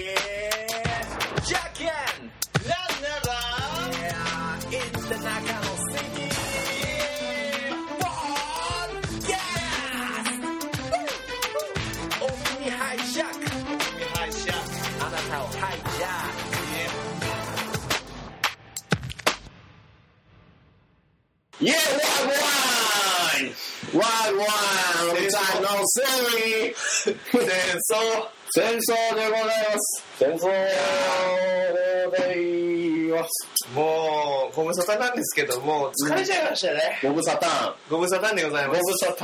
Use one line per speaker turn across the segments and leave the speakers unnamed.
Yeah, Jackin, Lanara. Yeah, it's the Nagano City. Yeah, Rock, yes. Oh, Woo, woo. お耳ハイジャック
会社
あなたをハイジャッ
イエーイワンワンワンワンさんの戦争戦争でございます戦争でございます
もう、ご無沙汰なんですけども、疲れちゃいましたね。
ご無沙汰
ご無沙汰でござい
ご
ま
無
す。
沙汰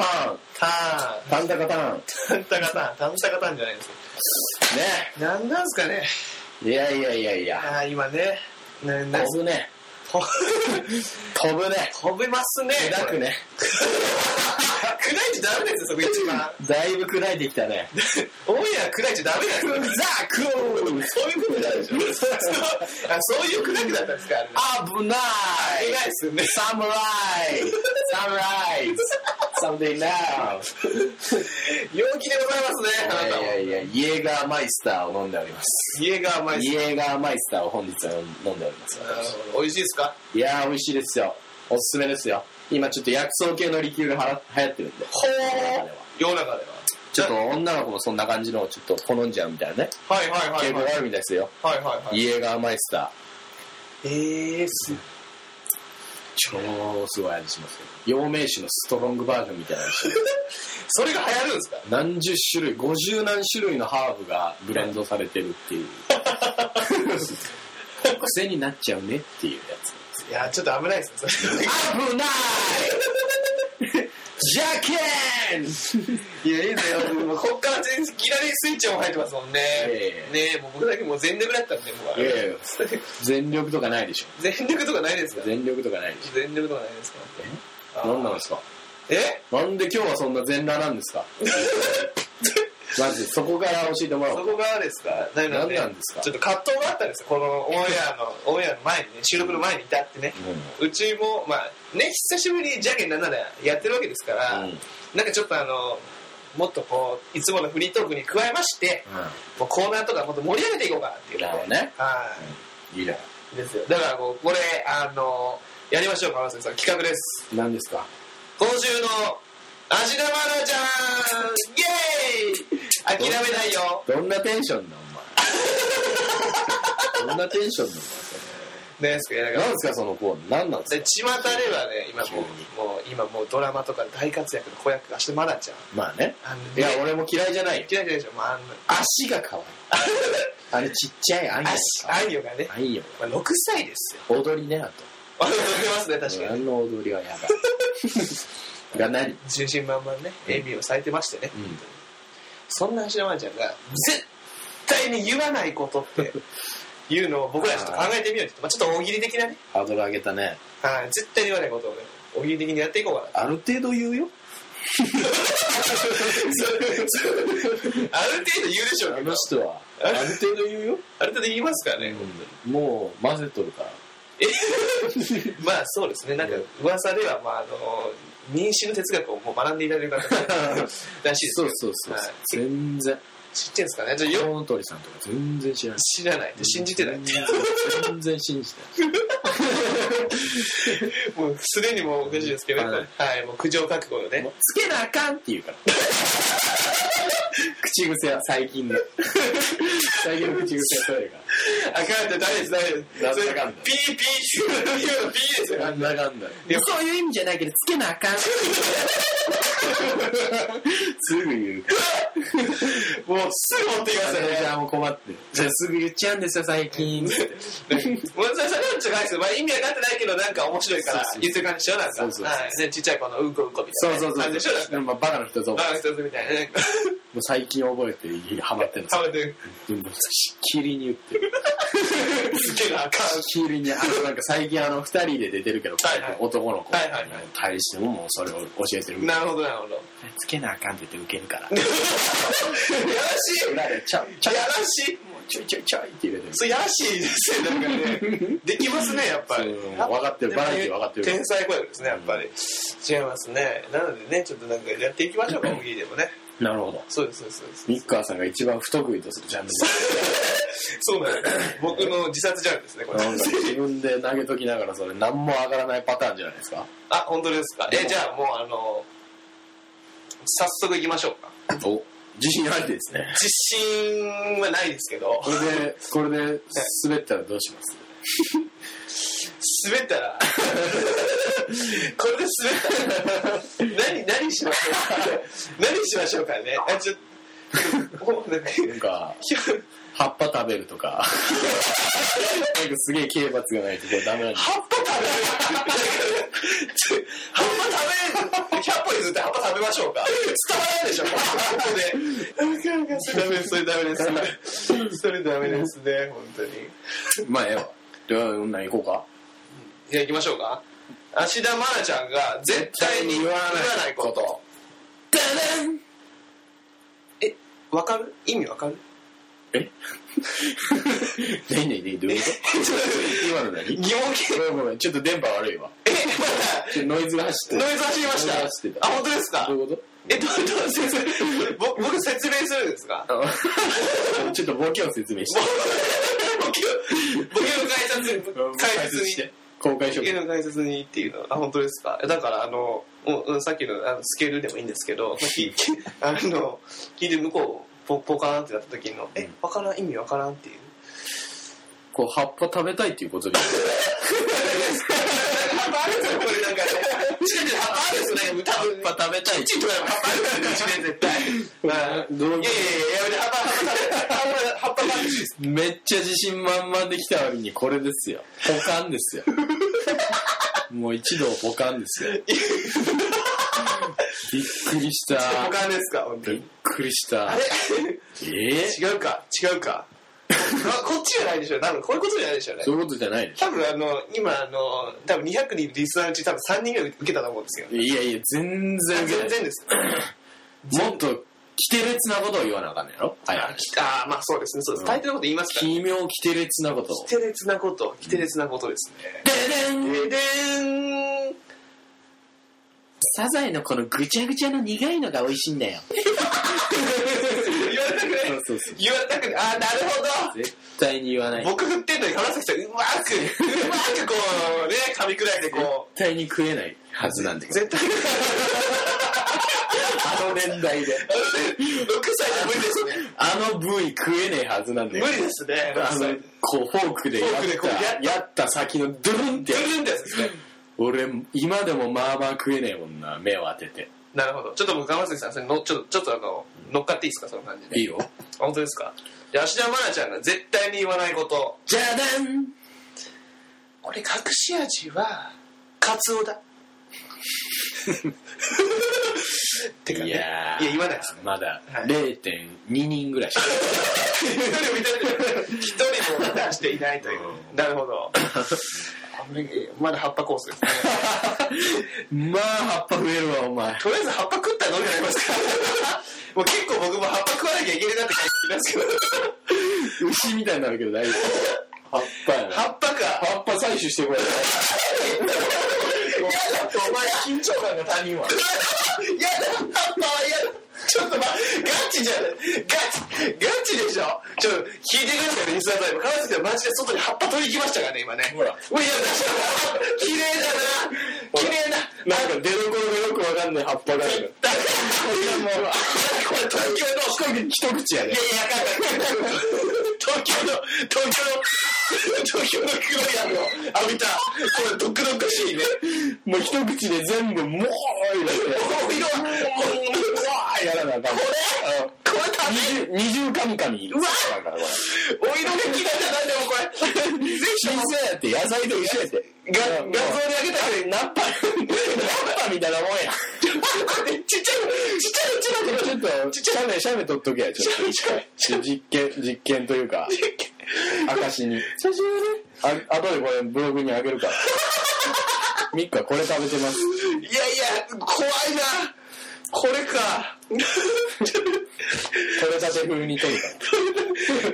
た
タンタカタンね
ーん、たんたかたん、たんたかたんじゃないです。なんなんすかね。
いやいやいやいや
あー今ね、な、な、
飛ぶね
飛
飛ぶね
飛びますね。
砕くね
これ。砕いちゃダメですよ、そこ一番。
だいぶ砕いてきたね
オンエア砕いちゃダメなんですよ。
ザク
そういうことじゃないでしょ。あそういう砕くだったんですか、あれ
危ない
危ないっすよね。
侍侍 Something now
陽気でございますね、あなた
いや
も。
いやいや、イエーガーマイスターを飲んでおります。
家が甘いっす
イエーガーマイスターを本日は飲んでおります。
なるほど美味しいですか
いやー、美味しいですよ。おすすめですよ。今ちょっと薬草系のリキュールがはら流行ってるんで。
ほ
ー
ー。世の中では。
ちょっと女の子もそんな感じのをちょっと好んじゃうみたいなね。
はいはいはいはい
傾向が。あるみたいですよ。
はいはいはい。
イエーガーマイスター。
えー、す
超すごい味しますよ。陽明酒のストロングバージョンみた いな味。
それが流行るんですか
何十種類、五十何種類のハーブがブレンドされてるっ ていう。癖になっちゃうねっていうやつ。
いや、ちょっと危ないですね、それ。
危ないジャケン
いや、いいですよ。もうこっから全然、ギラリスイッチも入ってますもんね
え。
ねえ、もう僕だけもう全力だったんで、もう。
ええ全力とかないでしょ。
全力とかないですか
全力とかないでし
全力とかないですか
ょ。
あー
何なんですか
え
なんで今日はそんな全裸なんですかマジでそこから教えてもらお。
そうこがですか何
何なんですか
ちょっと葛藤があったんですよ。このオンエアの、オンエアの前にね、収録の前に至ってね。うちも、まあ、ね、久しぶりにジャケン7でやってるわけですから、
うん
なんかちょっとあの、もっとこう、いつものフリートークに加えまして、
う
もうコーナーとかもっと盛り上げていこうかなっていう
なるほどね
は
ん。いいじゃ
い。ですよ。だからこう、これ、あの、やりましょう、川瀬さん。企画です。
何ですか
今週の、味玉ラちゃんイェーイ諦めないよ。
どんなテンションだお前。どんなテンションだ
ねですけど、だか
お前。
ら
何ですかそのコーナー。何なんです
で
か
巷ではね、今もう
急に、
もう今もうドラマとかで大活躍の子役がして、まなちゃん。
まあね。
あのね
いや、俺も嫌いじゃないよ。
嫌いじゃないでしょ、まあ、あんな。
足が 可愛い。あれちっちゃいアイヨ
足、あんよがね、
アイヨ
まあ、6歳ですよ。
踊りね、あと。
わかりますね、確か
あ
に。
の踊りはや ばい。が何
純真満々ね、エビを咲いてましてね。
うん
そんな芦田愛ちゃんが、絶対に言わないことって、いうのを僕らちょっと考えてみようよまあ、ちょっと大喜利的なね、
ハードル上げたね。
はい、絶対に言わないことをね、大喜利的にやっていこうか な。
ある程度言うよ。
そうそうある程度言うでしょう
あ
け
の
ど、
人は。ある程度言うよ。
ある程度言いますからね。
もう混ぜとるから。
まあそうですね、なんか噂では、まあ、あの、妊娠の哲学をもう学んでいただいてる方 らしいです
そ
け
う
ど
そうそう
はい。
全然。
知ってんすかねじゃあよ
コウノトリさんとか全然知らない。
知らないって信じてないって。
全然信じてない。
もうすでにもうおかしいですけど、ね、
は
はいい、もう苦情覚悟よね。
つけなあかんって言うから。 口癖は最 近の。最近の口癖はそれが。
あかんってダメです、ダメ
なんだかん
です。そ
だ
れピーピーって言うのピーですよ。
んだかんだ。そういう意味じゃないけど、つけなあかん。すぐ言うか
もうすぐ持ってきますよ
ら。
ね。
じゃあもう困って。じゃあすぐ言っちゃうんですよ、最近。
もうそれそれなんじゃないですよ。まあ意味わかってないけど、なんか面白いから
そうそう
言ってる感じしようなんか。
そうそうそう
はい。ねちっちゃい子のうんこうんこみたいな。
そうそう
感じでしょ
そ
なん
う。まあ、バカの人ぞ。も
か。あ、一つみたいな ね。
う最近覚えて、ハマってるんです
食
よ。
べて、
うんもうしっきりに言ってる。
つけなあかん。
しっきりに、あの、なんか最近あの、二人で出てるけど、
はいはい
男の子に
はいはいはい
対してももうそれを教えてるみたい
なるほどなるほど。
つけなあかんって言って受けるから。
やらしい。
裏でちょいちょい
やらしい。
ちょいちょいちょいって入れてる。
それやらしいですね。なんかね、できますねやっぱり。
そう分かってるバラエティー分かってる
天才子役ですねやっぱり。違いますね。なのでねちょっとなんかやっていきましょうか大喜利でもね。
なるほど。
そうですそうですそうです
ニッカーさんが一番不得意とするジャンル
そうなんです僕の自殺ジャンルですねこれ
な んか自分で投げときながらそれ何も上がらないパターンじゃないですか。
あ本当ですかえじゃあもうあの早速行きましょうか
お、自信ありですね。
自信はないですけど
これで、これで滑ったらどうします
滑ったらこれで滑ったら何何しましょうか何しましょうかねあちょっともうなんか
なんか、葉っぱ食べるとか。 なんかすげえ刑罰がないとこれダメなんです
葉っぱ食べる葉っぱ食べる100歩譲って葉っぱ食べましょうか伝わらないでしょここでダメですそれダメですそれそれダメですね本当に
まあ、ええわ。じゃあ、女行こうか。
じゃあ行きましょうか芦田愛菜ちゃんが絶対に言わないことえわかる意味わかる
え ねえねえねえ、どういうこと今の何
疑問形
ごめんごめん、ちょっと電波悪いわ。
え
ちょっとノイズが走って
ま
る
だノ。イズ走りまし
ノイズ
た
走ってた
あ本当ですか
どういうこと
えどうどう先生ぼ僕説明するんですか
あちょっとボケを説明して。
僕僕の解説解説して。
公開処
僕
刑。
の解説にっていうのあ本当ですかだからあのもううんさっきのあのスケールでもいいんですけど聞いてあの聞いて向こうポポカーンってなった時の「えわからん意味わからん」っていう
こう、葉っぱ食べたいっていうこと
パ
で。
パあるんですよこれなんかね違う違うパパあるんですよね多分
葉っぱ食べたい
ちょっと待ってパパあるんですよね絶対まあ
どういう
い
こ
やいやいややめて葉っぱ葉っぱ葉っぱ葉っぱ食べて
とめっちゃ自信満々できた割にこれですよ。保管ですよ。もう一度保管ですよ。びっくりした。
ポカーンですか本当
びっ
に
くりした。ええ
違うか違うかあこっちじゃないでしょ多分こういうことじゃないでしょうね
そういうことじゃないでし
多分あの今あの多分200人いるリスナーのうち多分3人ぐらい受けたと思うんですよ
ょ。いやいや、全然
全然です
もっと、奇て烈なことを言わなあかんねやろ。はいはい。
ああまあそうですねそうです、
うん
大抵のこと言いますから
奇妙奇て烈なことを。
奇て烈なこと奇て烈なことですね
でで
で
ん
でん
サザエのこのぐちゃぐちゃの苦いのが美味しいんだよ。
言われたくない
そうそう。
言われたくないああなるほど
絶対に言わない。絶
僕振ってんのに話してきたうまくうまくこうね噛み砕いてこ
対に食えないはずなんだけ
う
ど。
絶対
あの年代で。
6歳じゃ無理ですね
あの部位食えねえはずなんだ
無
よ。
理ですね
あの、こう、フォークでやっ、
フォークでこうやった
やった先のドゥルンってやつ
全然ですね
俺、今でもまあまあ食えねえもんな、目を当てて。
なるほど。ちょっと僕、山崎さん、それのちょっと、ちょっとあの、乗っかっていいですか、その感じで。
いいよ。
あ本当ですか。で、芦田愛菜ちゃんが絶対に言わないこと。
じゃだん
これ、隠し味は、カツオだ。てか、ね、
いや ー
いや、言わないですね。
まだ
はい
0.2人ぐらいし か。
一人もいない一人も出していないという。なるほど。あれまだ葉っぱコースですね。
まあ、葉っぱ増えるわ、お前。
とりあえず葉っぱ食ったらどうにかなりますから。もう結構僕も葉っぱ食わなきゃいけないなって感じなんですけど。
牛みたいになるけど大丈夫。葉っぱやな。
葉っぱか。
葉っぱ採取してこい。お前緊張感が他人
や
は。
だ、葉っぱはやだ。ちょっとま、ガチじゃない。ガチ、ガチでしょ。ちょっと、聞いてくださいね、リスナーさん。川崎さん、マジで外に葉っぱ取りに行きましたからね、今ね。
ほら
うわ。やだ、綺麗だな。綺麗な。
なんか出どころがよくわかんない葉っぱがある。
だから、これもう、これ東京の、
一口や
いやいや、かんない
で。
東京の、東京の、東京の黒いの、浴びた、これ、ドクドクしいね。
もう一口で全部、もう、
お色は、もう、
やらなあかん。こ
これ食べ
れ二重カミカミ。うわだからこれ。
お色が嫌いじゃないでもこれ。ぜひ
小さやって、野菜と一緒やって。
画像にあげたら、ナッパ、
ナッパみたいなもんや。
ちっちゃい、ちっちゃいうちだけど、
ちょっと、ちっちゃめ、写メ撮っとけや、ちょっと一回。実験、実験というか、証に。写真はね。あ、後でこれブログにあげるから。ミッカこれ食べてます。
いやいや、怖いな。これか。
取れたて風に撮るから。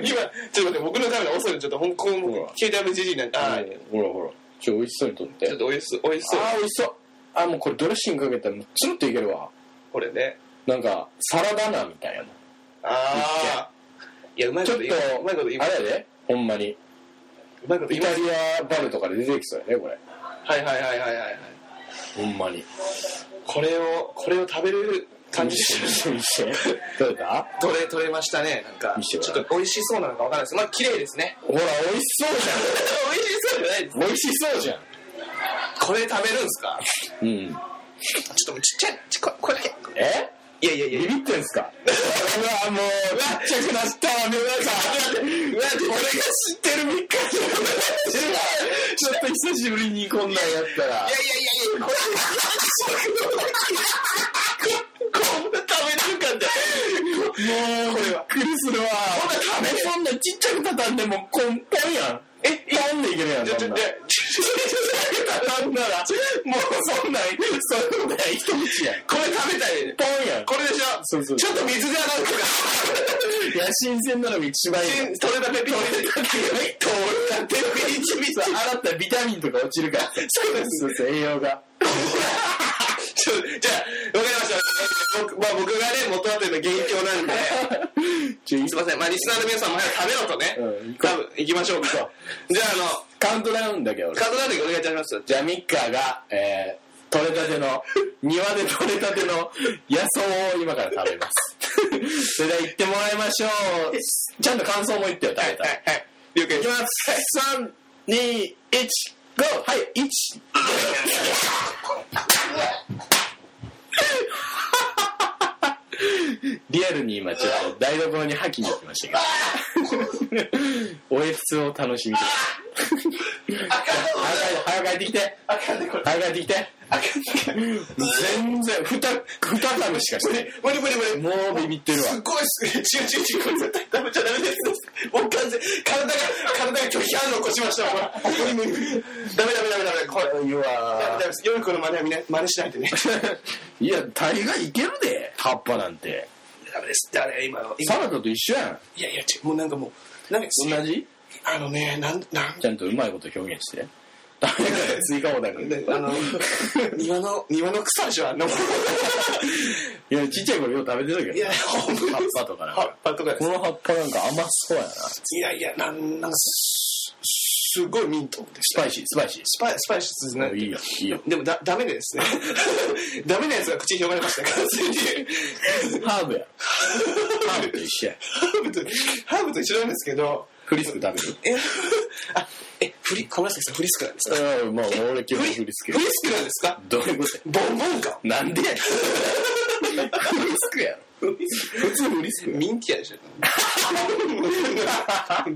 今、ちょっと待って、僕のカメラ遅いの、ちょっと、香港、携帯のじじいなんか、あー
ほらほら。ちょ、美味しそうに撮って。
ちょっとおいしそう、おいしそう。
あー、美味しそう。あ、もうこれドレッシングかけたらもうつるっといけるわ。
これね。
なんか、サラダ菜みたいな。
ああ。いや、うまい
ち
こ
ょっ
と言う。うまいこと
と、
言う。
あれやで、ほんまに。
うまいこと
イ
言いま
タ
す
リアバルとかで出てきそうやね、これ。
はいはいはいはいはい。
ほんまに。
これを、これを食べれる感じで
してる。見してる。どうだった
取れ、取れましたね。なんか、
見せ
ち
て
ょ
ごらん
っと美味しそうなのかわかんないです。まあ、綺麗ですね。
ほら、美味しそう
美味しそうじゃないです
じ。ゃん。美味しそうじゃん。
これ食べるんすか
う
ちょ
ん。
っともうちっちゃい、ちこれ、これだけ。
え
いやいやいや
ビ。ビってんすかうわ、もう、ちっちゃくなったわ、目
う
の中。
わ、これが
知ってる3日ちょっと久しぶりにこんなんやったら
いやいやいやいや、これ、こんな食べてるかんだ。
もう、これは。びっくりするわ。ほら、食べそんなちっちゃく畳んでもコンポンやん。え、ポンでいけるやん。
ちょ、ち
そ
ょ、
んな
ちょ、
畳んだら、もうそんなん、そういうことない一口やん。
これ食べたい。
ポンやん。
これでしょ
そうそう
ちょっと水で洗うとか。
いや、新鮮なのが一番いい。
取れたて、取れたて、取れたて、ピチピチ。
洗ったらビタミンとか落ちるから。そうです。そうそう、栄養が。
ちょじゃあ、わかりました。僕,、まあ、僕がね、元はというと元凶なんで、
ちょ、い
すいません。まあ、リスナーの皆さんも早く食べろとね。
うん
多分、行きましょうか。じゃあ、あ
カウントダウンだけど
の、カードなんでお願いいたします。
じゃあ、ミッカーが、えー、取れたての、庭で取れたての野草を今から食べます。それでは行ってもらいましょう。ちゃんと感想も言ってよ、食べたら。
はい。了解
いき
で。
ますす。3、2、1、GO! はい、1。リアルに今ちょっと台所に吐きに行きましたけどおえつを楽しみです早く帰ってきて
あかんね、これ。
早く帰ってきて
あかんね、これ。
全然ふたふた株しかしてない
無理無理無理。
もうビビってるわ
すっごいっすね。違う違う違う。これ絶対食べちゃダメです。もう完全、体が、体が拒否反応を起こしました。ほら無理無理無理。ダメダメダメダメ。これ。ダメ
う
ダ
わ
メです。良い子の真似はみんな真似しないでね。
いや大概いけるで葉っぱなんて
ダメです。だね、今の。
サラダと一緒やん
いやいや、違うもうなんかもう、なんか、
同じ
あのね、なん、なん
ちゃんとうまいこと表現してダメだよ 追加もなく
であの、庭の、庭の草でしょ、あの、
いやちっちゃい頃よう食べてたけ
い
ど
や、ほん
葉
ま
っ
に
ぱとかなん
葉
か
っぱとかで
こ
す。
の葉っぱなんか甘そうやなス
いやいや、なん、なんか、すすごいミントでした。
パイシースパイシー
スパイ、スパイシスですね。
いいよいいよ
でもだ、ダメですね。 ダメなやつが口に広がりましたね、完全に。
ハーブやハーブと一緒や
ハーブと、ハーブと一緒なんですけど、
フリスク食べる
え、 あ、え、フリ、小紫さんフリスクなんですか
うんまあ俺基本フリスクや
フリスクなんですか
どういうことや
ボンボンか
なんでやねんフリスクやろ
フリスク
普通フリスク
ミンティア でしょ。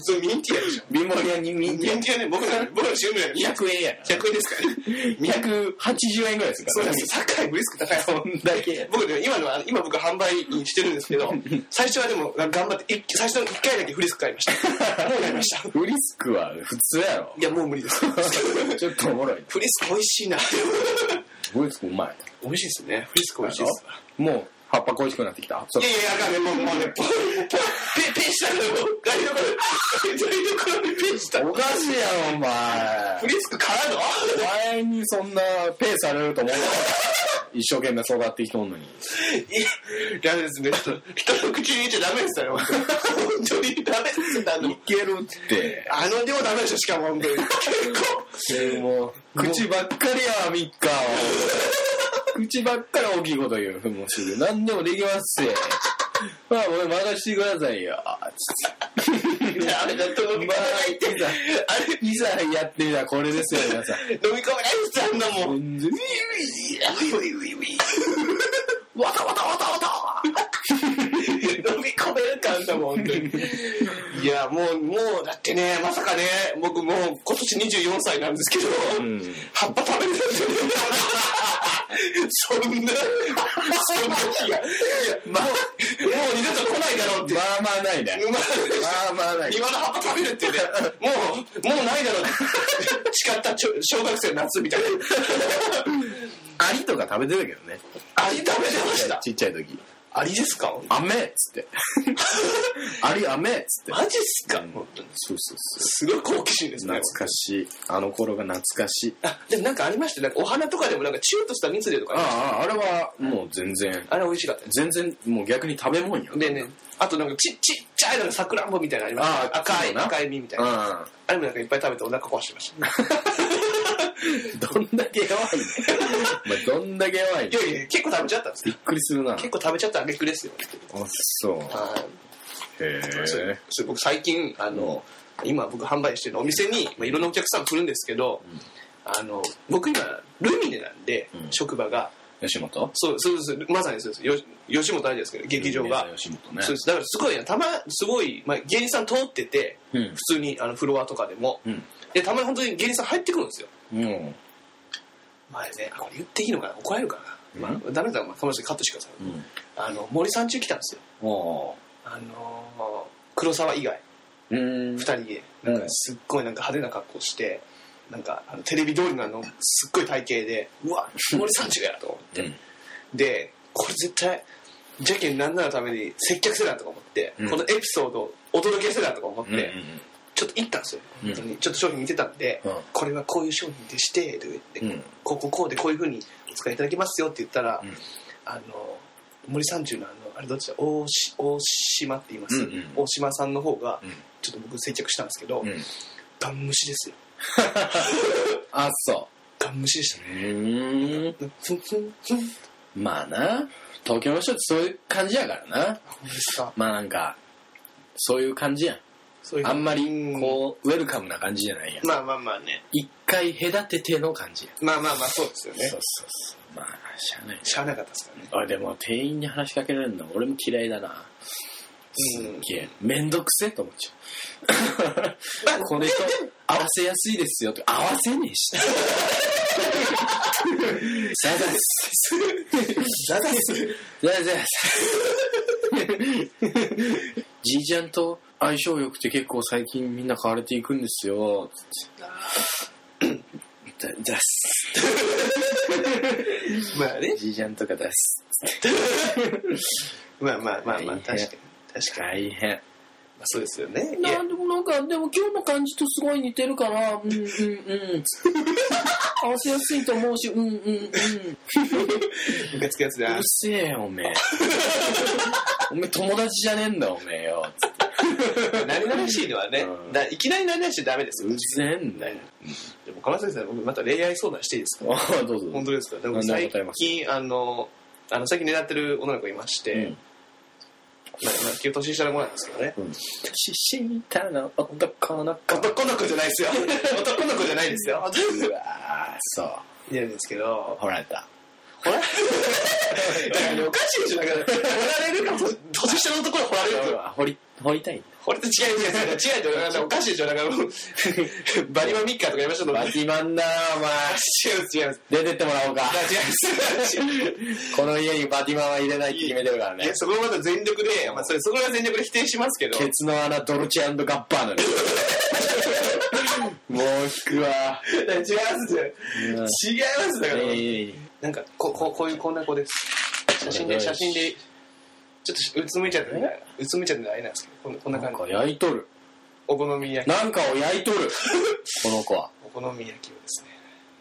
そう、ミンティアでしょ。
貧乏屋に
ミ
人
ン
気
ティアね、僕ら、僕らの収入は200
200円やな
円ですからね。
280円ぐらいする
そう
から
で
ね
す。高い、フリスク高い
そんだけ
僕ね、今のは、今僕販売員してるんですけ ど、最初はでも頑張って、一最初の1回だけフリスク買いました。もうやりました。
フリスクは普通やろ
いや、もう無理です。 フ
ちょっとおもろい
リスク美味しいな。
フリスクうまい
美味しいですね。フリスク美味しいです。
もう葉っぱ恋しくなってきたそう
いやいや、あかんね、もう、もうね、ポン、ポン、ペ、ペしたのよ。台所、台所にペした。
おかしいやろお前
フリスクからの
お前にそんなペーされると思う一生懸命育ってきとんのに
いや、ダメですね。人の口に入れちゃダメですよ、本当に。ダメですあの
い、けるって
あの量ダメでしょ、しかも、本当に。結構。
もう口ばっかりやミッカーは口ばっかり大きいこと言うもうすぐ何でもできますよまあ俺任してくださいよ
いやあれだと飲み込めないって。あれ、
いざやってみたらこれですよ皆さん
飲み込めないです、あんなもん。
全然
ウィウィウィわたわたわたわた飲み込めるかんだもん、本当に。いや、もう、もう、だってね、まさかね、僕もう今年24歳なんですけど、
ん
葉っぱ食べれたんですよ。そんな、そんな日が、いや、もう、もう二度と来ないだろうって。
まあまあないね
ま
まあまあない
今の葉っぱ食べるってね、もう、もうないだろうって。誓ったちょ小学生の夏みたいな。
アリとか食べてたけどね
アリ食べてました。
ちっちゃい時
アリですか
「雨」っつって 「あり雨」っつって
マジっすか本当に
そうそうそ
すごい好奇心です
う懐
ね。
かしいあの頃が懐かしい
あ、でもなんかありましたよなんかお花とかでもなんかチューっとした蜜でとかね
あああれはもう全然
あれ美味しかったで
全然もう逆に食べ物や
す。でね、あとなんかちちっちゃいなんかさくらんぼみたいなのありました。
あ
赤
そう
い、
な
赤い実みたいな。
う
あれもなんかいっぱい食べてお腹壊してました。
んどんだけ弱いねお前どん だけ弱い
い
ね
やいや、結構食べちゃったんです
びっくりするなあ
結構食べちゃったあげくですよ。
そう
はい。
へ
そ
え
れそれ僕最近あの、今僕販売してるお店に、まあ、いろんなお客さん来るんですけど、あの僕今ルミネなんで、
うん
職場が
吉本
そうそうですまさにそうですよ吉本あるじゃないですか劇場が、
吉本ね
そうですだからすごいなたますごい、まあ、芸人さん通ってて
うん
普通にあのフロアとかでも
うん
でたまに本当に芸人さん入ってくるんですよ
も
前ねあこれ言っていいのかな怒られるか
う
な、ダメだまあかもしれないカットしてください、
うん
あの森さん中来たんですよ
ああ
あのー黒沢以外
うん
二人でなんかすっごいなんか派手な格好してなんかあのテレビ通りのあのすっごい体型でうわ森三中やと思って、でこれ絶対じゃけんなんなのために接客せなとか思って、
うん
このエピソードをお届けせなとか思って、ちょっと行ったんですよ、
うん
本当にちょっと商品見てたんで、
うん
これはこういう商品でしてとか言って、
うん
こうこうこうでこういうふうにお使いいただけますよって言ったら、
うん
あの森三中のあのあれどっちだ大し大島って言います、
うんうん
大島さんの方が、
うん
ちょっと僕接着したんですけど、
うん
ガン虫ですよ
あそ
ガン虫でした
う
ね
うん
ふんふんふん
まあな東京の人ってそういう感じやからな
あ本当ですか
まあなんかそういう感じやん
そういう
あんまり
うん
こうウェルカムな感じじゃないやん
まあまあまあね
一回隔てての感じや
まあまあまあそうですよね
そうそうそうまあしゃあない
しゃあなかったですからね
あでも店員に話しかけられるの俺も嫌いだなすっげえめんどくせえと思っちゃ
まあ
う これと合わせやすいですよって合わせねえ しザザス
ザザス
ザザ スじいちゃんと相性良くて結構最近みんな買われていくんですよつってザザス
まあね
じいちゃんとかザス
まあまあまあまあ
大
確
変
かに確かに
大変
まあそうですよねいや
なんでもなんか、でも今日の感じとすごい似てるから、うんうんうん。合わせやすいと思うし、うんうんうん。う
ムカつくやつだ
るせえよ、お めえ。おめえ友達じゃねえんだ、おめえよ。
慣れ慣れしいのはね
うん
だいきなり慣れ慣れしちゃダメです
う
よ
るせえんだよ。
でも岡村先生僕また恋愛相談していいですか
ああ、どうぞ。
本当ですかでも
何でも
最
答えます
近あのあの最近狙ってる女の子いまして、
うん
まあ、まあ、旧年下の子なんですけどね
うん。ししみたの男の子。
男の子じゃないです よ男の子じゃないですよ
うわーそう。
いやですけど
ほられた。
ほらだからおかしいでしょだから掘られるかも年下の男は掘られると
掘り、掘りたいんだ。
これと違う違う違う違うなんかおかしいでしょなんかもう バリバミッカーとかやりましょうと思っ
バ
て
ティマンだな、お
違
前。
う違う
出てってもらおうか。
違う違う
この家にバティマンは入れないって決めてるから
い
ね
や。そこはまた全力で、まあ、それそこは全力で否定しますけど
ケツの穴ドルチェガッバーなのもう引くわ。
違います違いますだから、
ええ
なんかこここういうこんな子です写真で写真でちょっとうつむいちゃってねうつむいちゃってないなんですけどこんなこんな
なん
感
か
じ
焼いとる。
お好み焼き
なんかを焼いとる。この子は。
お好み焼きをですね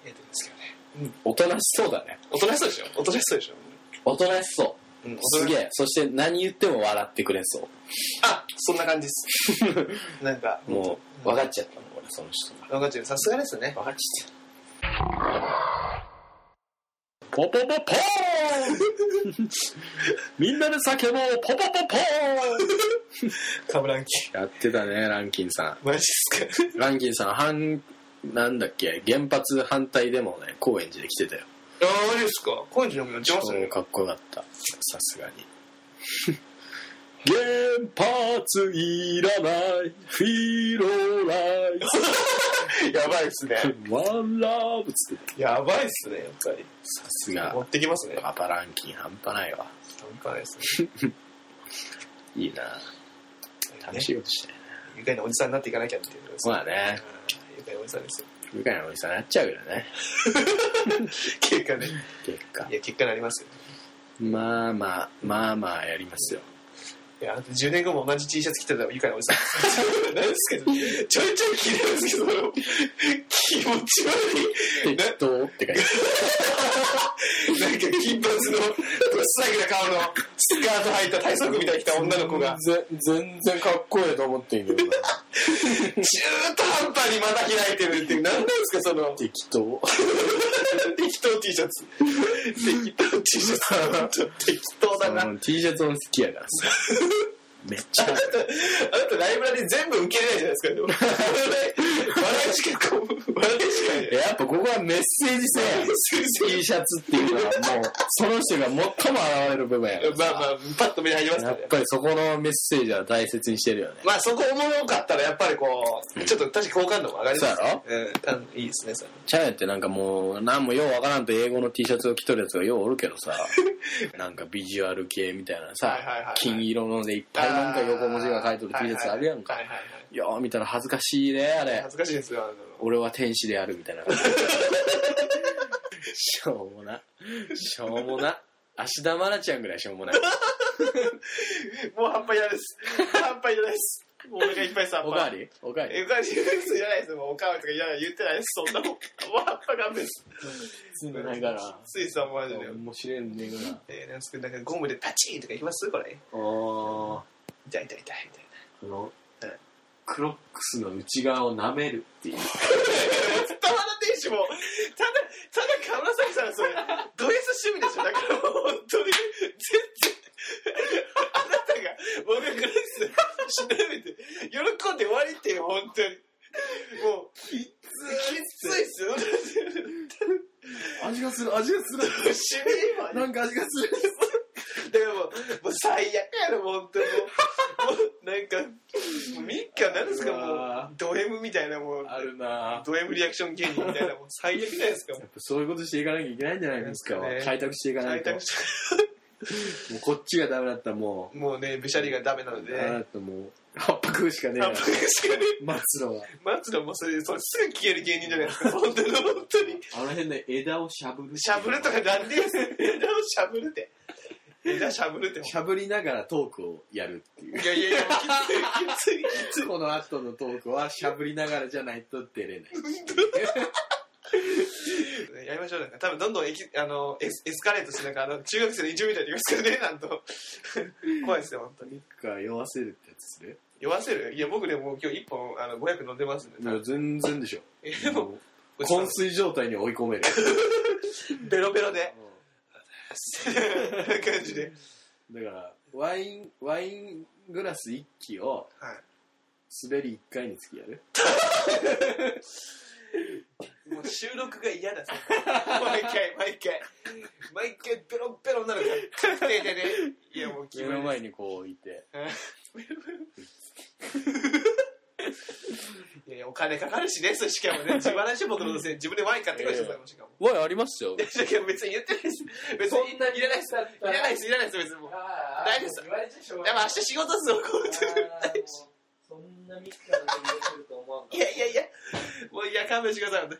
やってるんですけどね
おとなしそうだね。
おとなしそうでしょおとなしそうでしょ
おとなしそう。
うんおと
す
なし
げえ。そして何言っても笑ってくれそ
あそんな感じです なんか
う。もう、分かっちゃったの、俺、その人が。
分かっちゃうさすがですね
分かっちゃった。ポポポポーンみんなで叫ぼうポポポポー
カブランキ
ンやってたね、ランキンさん。
マジっ すか
ランキンさん、反、なんだっけ、原発反対デモをね、高円寺で来てたよ。
ああマジっすか高円寺のやってます
うん
ね
かっこよかった。さすがに。原発いらない、フィロライ
やばいっすね
ス、ワンラブつって。
やばいっすねやっぱり
さす
持
が、
ってきますね
パパランキン半端ないわ。
なんかですね
いいな 楽しいことしてる。
愉快なおじさんになっていかなきゃっていう
そうだね。
愉快なおじさんですよ
愉快なおじさんになっちゃうけどね。
結果ね
結果
い。や結果になりますよ
まあまあ、まあまあやりますよ。
いや、10年後も同じ T シャツ着てたら愉快なおじさん。 なんですけど、ちょいちょい着れるんですけど、気持ち悪い。な
どうって感じ。
なんか金髪の、ぶっさげな顔の、スカート履いた体操服みたいに着た女の子が、
ぜ全然かっこいいと思っていいけど な
中途半端にまた開いてるっていう、なんなんですか、その、
適当。
適当 T シャツ。適当 T シャツ。適当だな。あな
T シャツも好きやな。 めっちゃ。
たライブラリ全部受けれないじゃないですか、でも。笑いしかこう、笑いしかない。
やっぱここはメッセージ性やん。T シャツっていうのはもう、その人が最も現れる部分やから
まあまあ、パッと目に入りますか
や
ら
っ
ね。
ぱりそこのメッセージは大切にしてるよね。
まあそこおもろかったらやっぱりこう、ちょっと確かに好感度も上がります
そうやろ
うんたん、いいですね、それ。
チャヤってなんかもう、なんもようわからんと英語の T シャツを着とるやつがようおるけど さ、なんかビジュアル系みたいなさ、
はいはいはい
金色のでいっぱいなんか横文字が書いとる T シャツあるやんか。
はいはいはい
よう見たら恥ずかしいね、あれ
恥。ずかしいですよ、あの。
俺は天使であるみたいな。 しょうもな。しょうもな。芦田愛菜ちゃんぐらいしょうもない。
もう半端いらないです。半端いらないです。お腹いっぱいです、半
おかわりおかわり
え、おかわりいらないです。もうおかわりとかいらない言ってないです。そんなもん。もう半端勘弁です。
つまんないから。
スイスはもうマジで。
面白いねぐら。
えー、なんすけど、なんかゴムでパチンとかいきますこれ。
ああ。
痛い痛い痛い痛い。
この
うん、
クロックスの内側を舐めるっていう。
スタワダ天使も、ただ、ただ河村崎さん、それ、ド S 趣味でしょだからもう本当に、全然、あなたが僕がクロス調べて、喜んで終わりってよ、本当に。もう、きついっすよ。
味がする、味がする。
趣味今
んか味がする。
でも、もう最悪やろ、本当に。もう、もうなんか、もうミッカなんですか、
うわ
もう、ド M みたいな、もう、
あるなぁ。
ド M リアクション芸人みたいな、もう最悪じゃないですか、も
や
う
っぱそういうことしていかなきゃいけないんじゃないですか。
ですかね
開拓していかな
開
いと。も
拓者
うこっちがダメだったらも
もうね、べしゃりがダメなの
う、ダメだ
で、
ったらもう、八白食うしかねえ
あ
な
僕。しかね、
松野は。
松野もそれ、それすぐ消える芸人じゃないですか、本当に、本当に。
あの辺で枝をしゃぶる。
しゃぶるとかなんでいいです枝をしゃぶるって。枝しゃぶるって。
しゃぶりながらトークをやるっていう。
いやいやいや、きつい、きつい、きつい。
この後のトークはしゃぶりながらじゃないと出れない。
やりましょう、なんか、多分どんどんエキあのエスエスカレートして、なんか、あの中学生の一応みたいに言いますけどね、なんと。怖いですよ、本当に。
ミッカ酔わせるってやつする
酔わせるいや、僕でもう今日一本、あの、500飲んでますんで、
いや、全然でしょ。
えでも、
もう昏睡状態に追い込める。
ベロベロで。 感じで。
だから、ワイン、ワイングラス1機を
はい。
滑り1回につきやる。
もう収録が嫌ださ。毎回、毎回。毎回、ベロッベロになるから。確定でね。いや、もう決
目
ま
の
りま
前
し
にこう置いて。
た。はい いやいや、お金かかるしね、それしかもね。自腹でしょ、僕のせい。自分でワイン買ってくるし、それもしかも。
ワインありますよ
い。や、だけど別に言ってないです。別に。いらないです。いらないです、いらないです、別にもう。
大言われちゃしょう
で
が
も
ない
明日仕事っすよ、こう
あーもうそんなミスから出てると思わんか
いやいやいや、もういや、勘弁してください。
あーびっ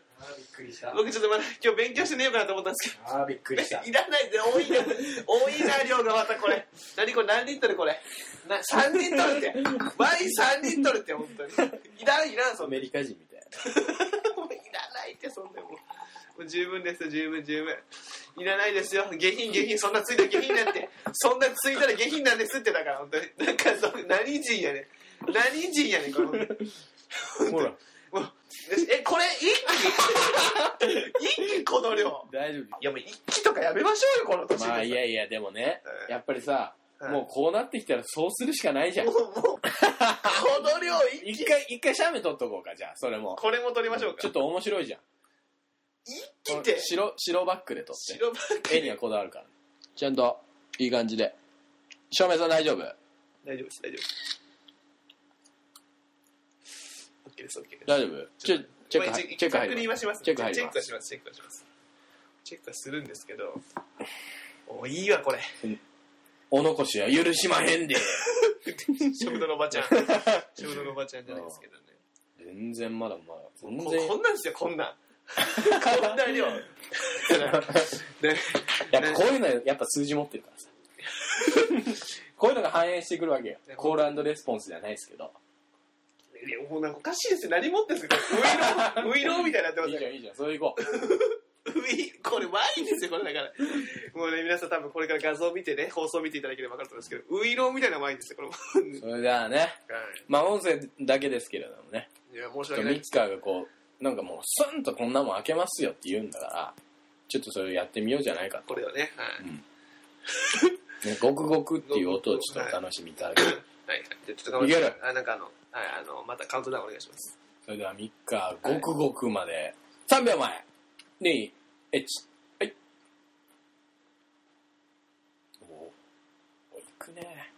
くりした
僕ちょっとまだ今日勉強してねえようかなと思ったんですけど。
あー、びっくりした。
いらないで、多いな、多いな、量がまたこれ。何これ、何リットルこれ。な3リットルって。ワイン3リットルって、本当に。いらん、いらん、そ
ア
んな。
メ
もう
リカ人みたいな。
いらないって、そんなもう。もう十分です、十分、十分。いらないですよ。下品、下品、そんなついたら下品なんて。そんなついたら下品なんですって、だから、本当に。なんか、そう何人やねん。何人やねん、これ。
ほら、
もうえ、これ、 一気一気この量。
大丈
いや、もう一気とかやめましょうよ、この年
夫。まあ、いやいや、でもね、やっぱりさ、
はい
もうこうなってきたらそうするしかないじゃん
も。う、もう、この量一気
一回、一回シャメ撮っとこうか、じゃあ、それも。
これも撮りましょうか。
ちょっと面白いじゃん。
一気って、
白、白バックで撮って。
白バッグ
絵にはこだわるから。ちゃんと、いい感じで。照明さん大丈夫
大丈夫です、大丈夫。OK です、OK です。
大丈夫チェチェック
まあ
入
一応
るチェック入
確
る
認はします。
チェック入り
チェッ
ま
クは
す
します、チェックはします。チェックはするんですけど、おいいわ、 これ。
お残しは許しまへんで
食堂のおばちゃん。食堂のおばちゃんじゃないですけどね。
全然まだまだ全
こ
然
こんなんですよ、こんなん。こん な量。ね
いやこういうのやっぱ数字持ってるからさこういうのが反映してくるわけよコールレスポンスじゃないですけど
いやもうなんかおかしいですよ。何持ってんすかウイロー、ウイローみたいになってます
いい
よ
じゃんいいじゃんそれいこう
ウィこれワインですよ、これだから。もうね、皆さん多分これから画像を見てね、放送を見ていただければ分かると思うんですけど、ウイローみたいなワインですよ、これも。
それではね
は
まあ音声だけですけれどもね
いいや、申し
ちょ
訳
っと
ない
ミ。ツカーがこうなんかもうスンとこんなもん開けますよって言うんだからちょっとそれをやってみようじゃないか、
ことれはね、はい。
ね、ゴクゴクっていう音をちょっとお楽しみいただける
はい、じゃあちょっと頑張って
いける
あ、なんかあの、はい、あの、またカウントダウンお願いします。
それではミッカーごくごくまで、3秒前2 1はいおおおいくね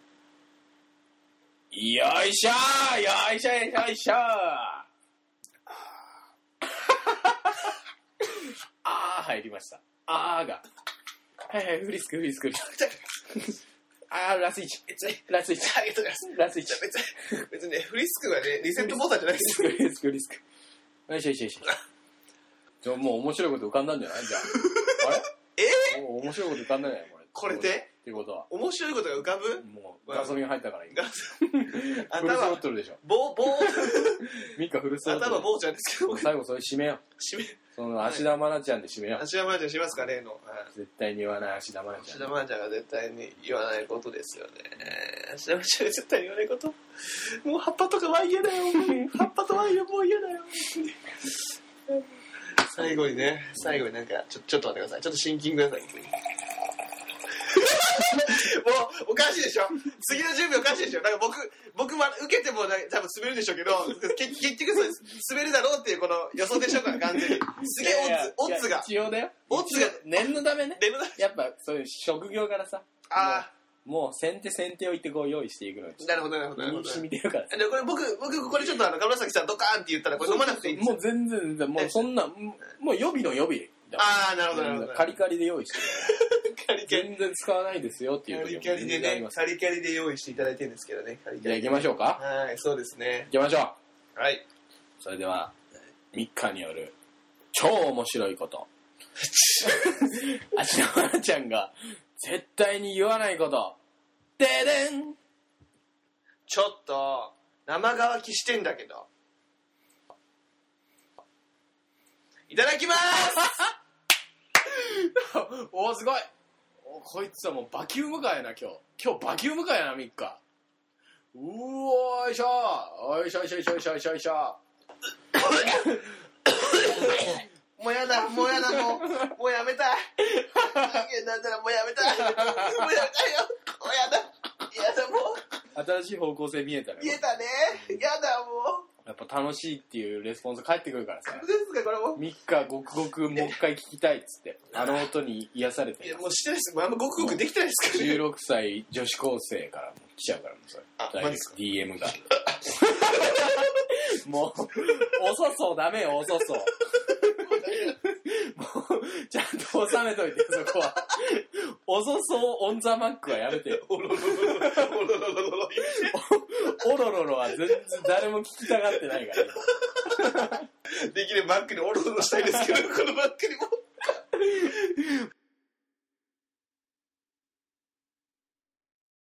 よいしょーよいしょよい しょーあー入りましたあーがはいはいフリスクフリスクフリスクあーラス1
別に、
ラス1
ありがとうございます。
ラス1
じゃあ別に、別にね、フリスクはね、リセットボタンじゃないで
リ
す
スクリスクリスクよいしょよいしょよいしょじゃあもう面白いこと浮かんだんじゃないじゃああれ
え
もう面白いこと浮かんだんじゃないこれ
これで
っていうことは
面白いことが浮かぶ
もうガソリン入ったから今
が
フルスロ
頭
ッ、トルでしょ
棒、棒、
ミッカフルスロット
頭
ル
棒ちゃんですけど、
最後それ締めよう
締め、
その芦田愛菜ちゃんで締めよう
足田愛菜ちゃんしますか、例の。はい
絶対に言わない芦田愛菜
芦
ち
田
ゃん
愛菜ちゃんが絶対に言わないことですよね。芦田愛菜ちゃんが絶対に言わないこと。もう葉っぱとかは嫌だよ。葉っぱとは嫌もう嫌だよ。最後にね、最後になんか、ちょちょっと待ってください。ちょっとシンキングください。もう、おかしいでしょ次の準備おかしいでしょなんか僕、僕は受けてもなんか多分滑るでしょうけど、け結局それ滑るだろうっていうこの予想でしょうから、完全に。すげえ
いやいや
オッズ、オッズが。
いや一応だよ
オッズが
一応念のためね
レムダ
やっぱそういう職業からさ
あ
もう先手先手を言ってこう用意していくのが
あ、なるほど、なるほど、なるほ
身に
ど。
染みてるからさ
でこれ僕、僕、これちょっとあの、村崎さんドカーンって言ったら、これ飲まなくていいんですよ。
もう全然全然もうそんなもう予備の予備だもん
ああ、なるほど、なるほど。
カリカリで用意して
カリカ
る全然使わないですよっていう時
リ
も
カリ
全
で
然あり
ね
ま、す
カリカリで用意していただいてるんですけどね、カリカ
じゃあ
リ
行。きましょうか
はい、そうですね。
行きましょう
はい。
それでは3日による超面白いことあちのまなちゃんが絶対に言わないことででん
ちょっと、生乾きしてんだけど。いただきます
おおすごいおこいつはもうバキュームかやな今日今日バキュームかやな3日うおーいしょおいしょいしょいしょいしょいしょいしょ
もうやだ、もうやだ、もう、もうやめたい。人間なんだらもうやめたい。もうやめたいよ。もうやだ。やだ、もう。
新しい方向性見えたね
言えたね。やだ、もう。
やっぱ楽しいっていうレスポンス返ってくるからさ
どうですか、これもう。
3日ごくごくもう一回聞きたいっつってあの音に癒され
い
て
や、もうしてないです。もうあんまごくごくできてないですからね。
16歳女子高生からも来ちゃうからもうそれ
あ
ダイレ
マジ
ク
っすか
ト DM がもう遅そうダメよ遅そうもうちゃんと収めといてそこは 遅そうオンザマックはやめてよ
おろろろろろろろろろ
おろろろは全然誰も聞きたがってないから今
できればバックにおろろろしたいですけど、このバックにも。